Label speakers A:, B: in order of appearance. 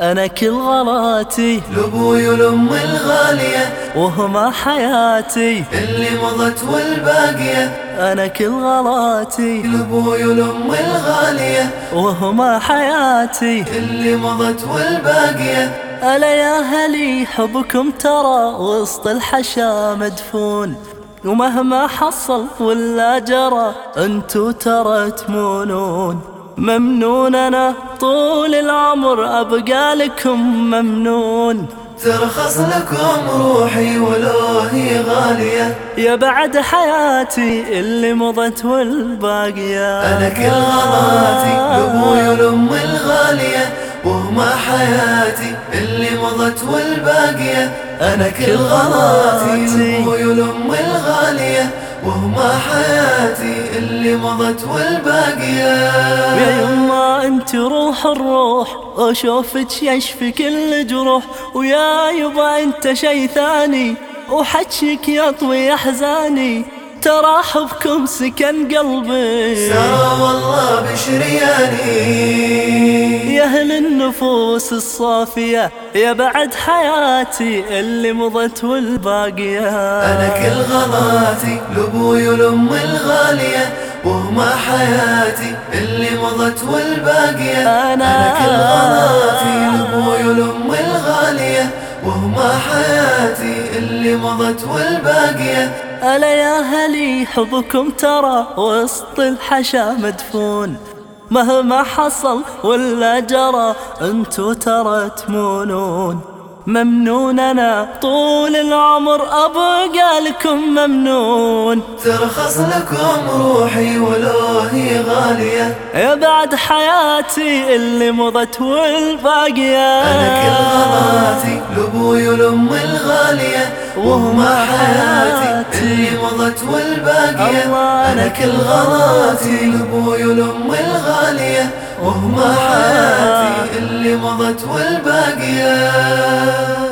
A: أنا كل غلاتي
B: لأبوي والأم الغالية
A: وهما حياتي
B: اللي مضت والباقية
A: أنا كل غلاتي
B: لأبوي والأم الغالية
A: وهما حياتي
B: اللي مضت والباقية
A: ألا يا هلي حبكم ترى وسط الحشا مدفون ومهما حصل ولا جرى انتو ترى تمونون ممنون أنا طول العمر أبقى لكم ممنون
B: ترخص لكم روحي ولو هي غالية
A: يا بعد حياتي اللي مضت والباقية
B: أنا كل غلاتي لأبوي والأم الغالية وهما حياتي اللي مضت والباقية أنا كل غلاتي لأبوي والأم الغالية وهما حياتي اللي مضت والباقية
A: يا يما انت روح الروح وشوفك يشفي كل جروح ويا يبا انت شي ثاني وحكيك يطوي احزاني ترى حبكم سكن قلبي
B: ترى والله بشرياني
A: يا اهل النفوس الصافية يا بعد حياتي اللي مضت والباقية
B: أنا كل غلاتي لأبوي والأم الغالية وهما حياتي اللي مضت والباقية
A: أنا-
B: كل غلاتي لأبوي والأم الغالية وهما حياتي اللي مضت والباقية
A: ألا يا هلي حبكم ترى وسط الحشا مدفون مهما حصل ولا جرى انتو ترى تمونون ممنون أنا طول العمر أبقى لكم ممنون
B: ترخص لكم روحي ولو هي غالية
A: يا بعد حياتي اللي مضت والباقية
B: أنا كل غلاتي لأبوي والأم الغالية وهما حياتي اللي مضت والباقية
A: الله
B: أنا كل غلاتي لأبوي والأم الغالية وهما حياتي اللي مضت والباقية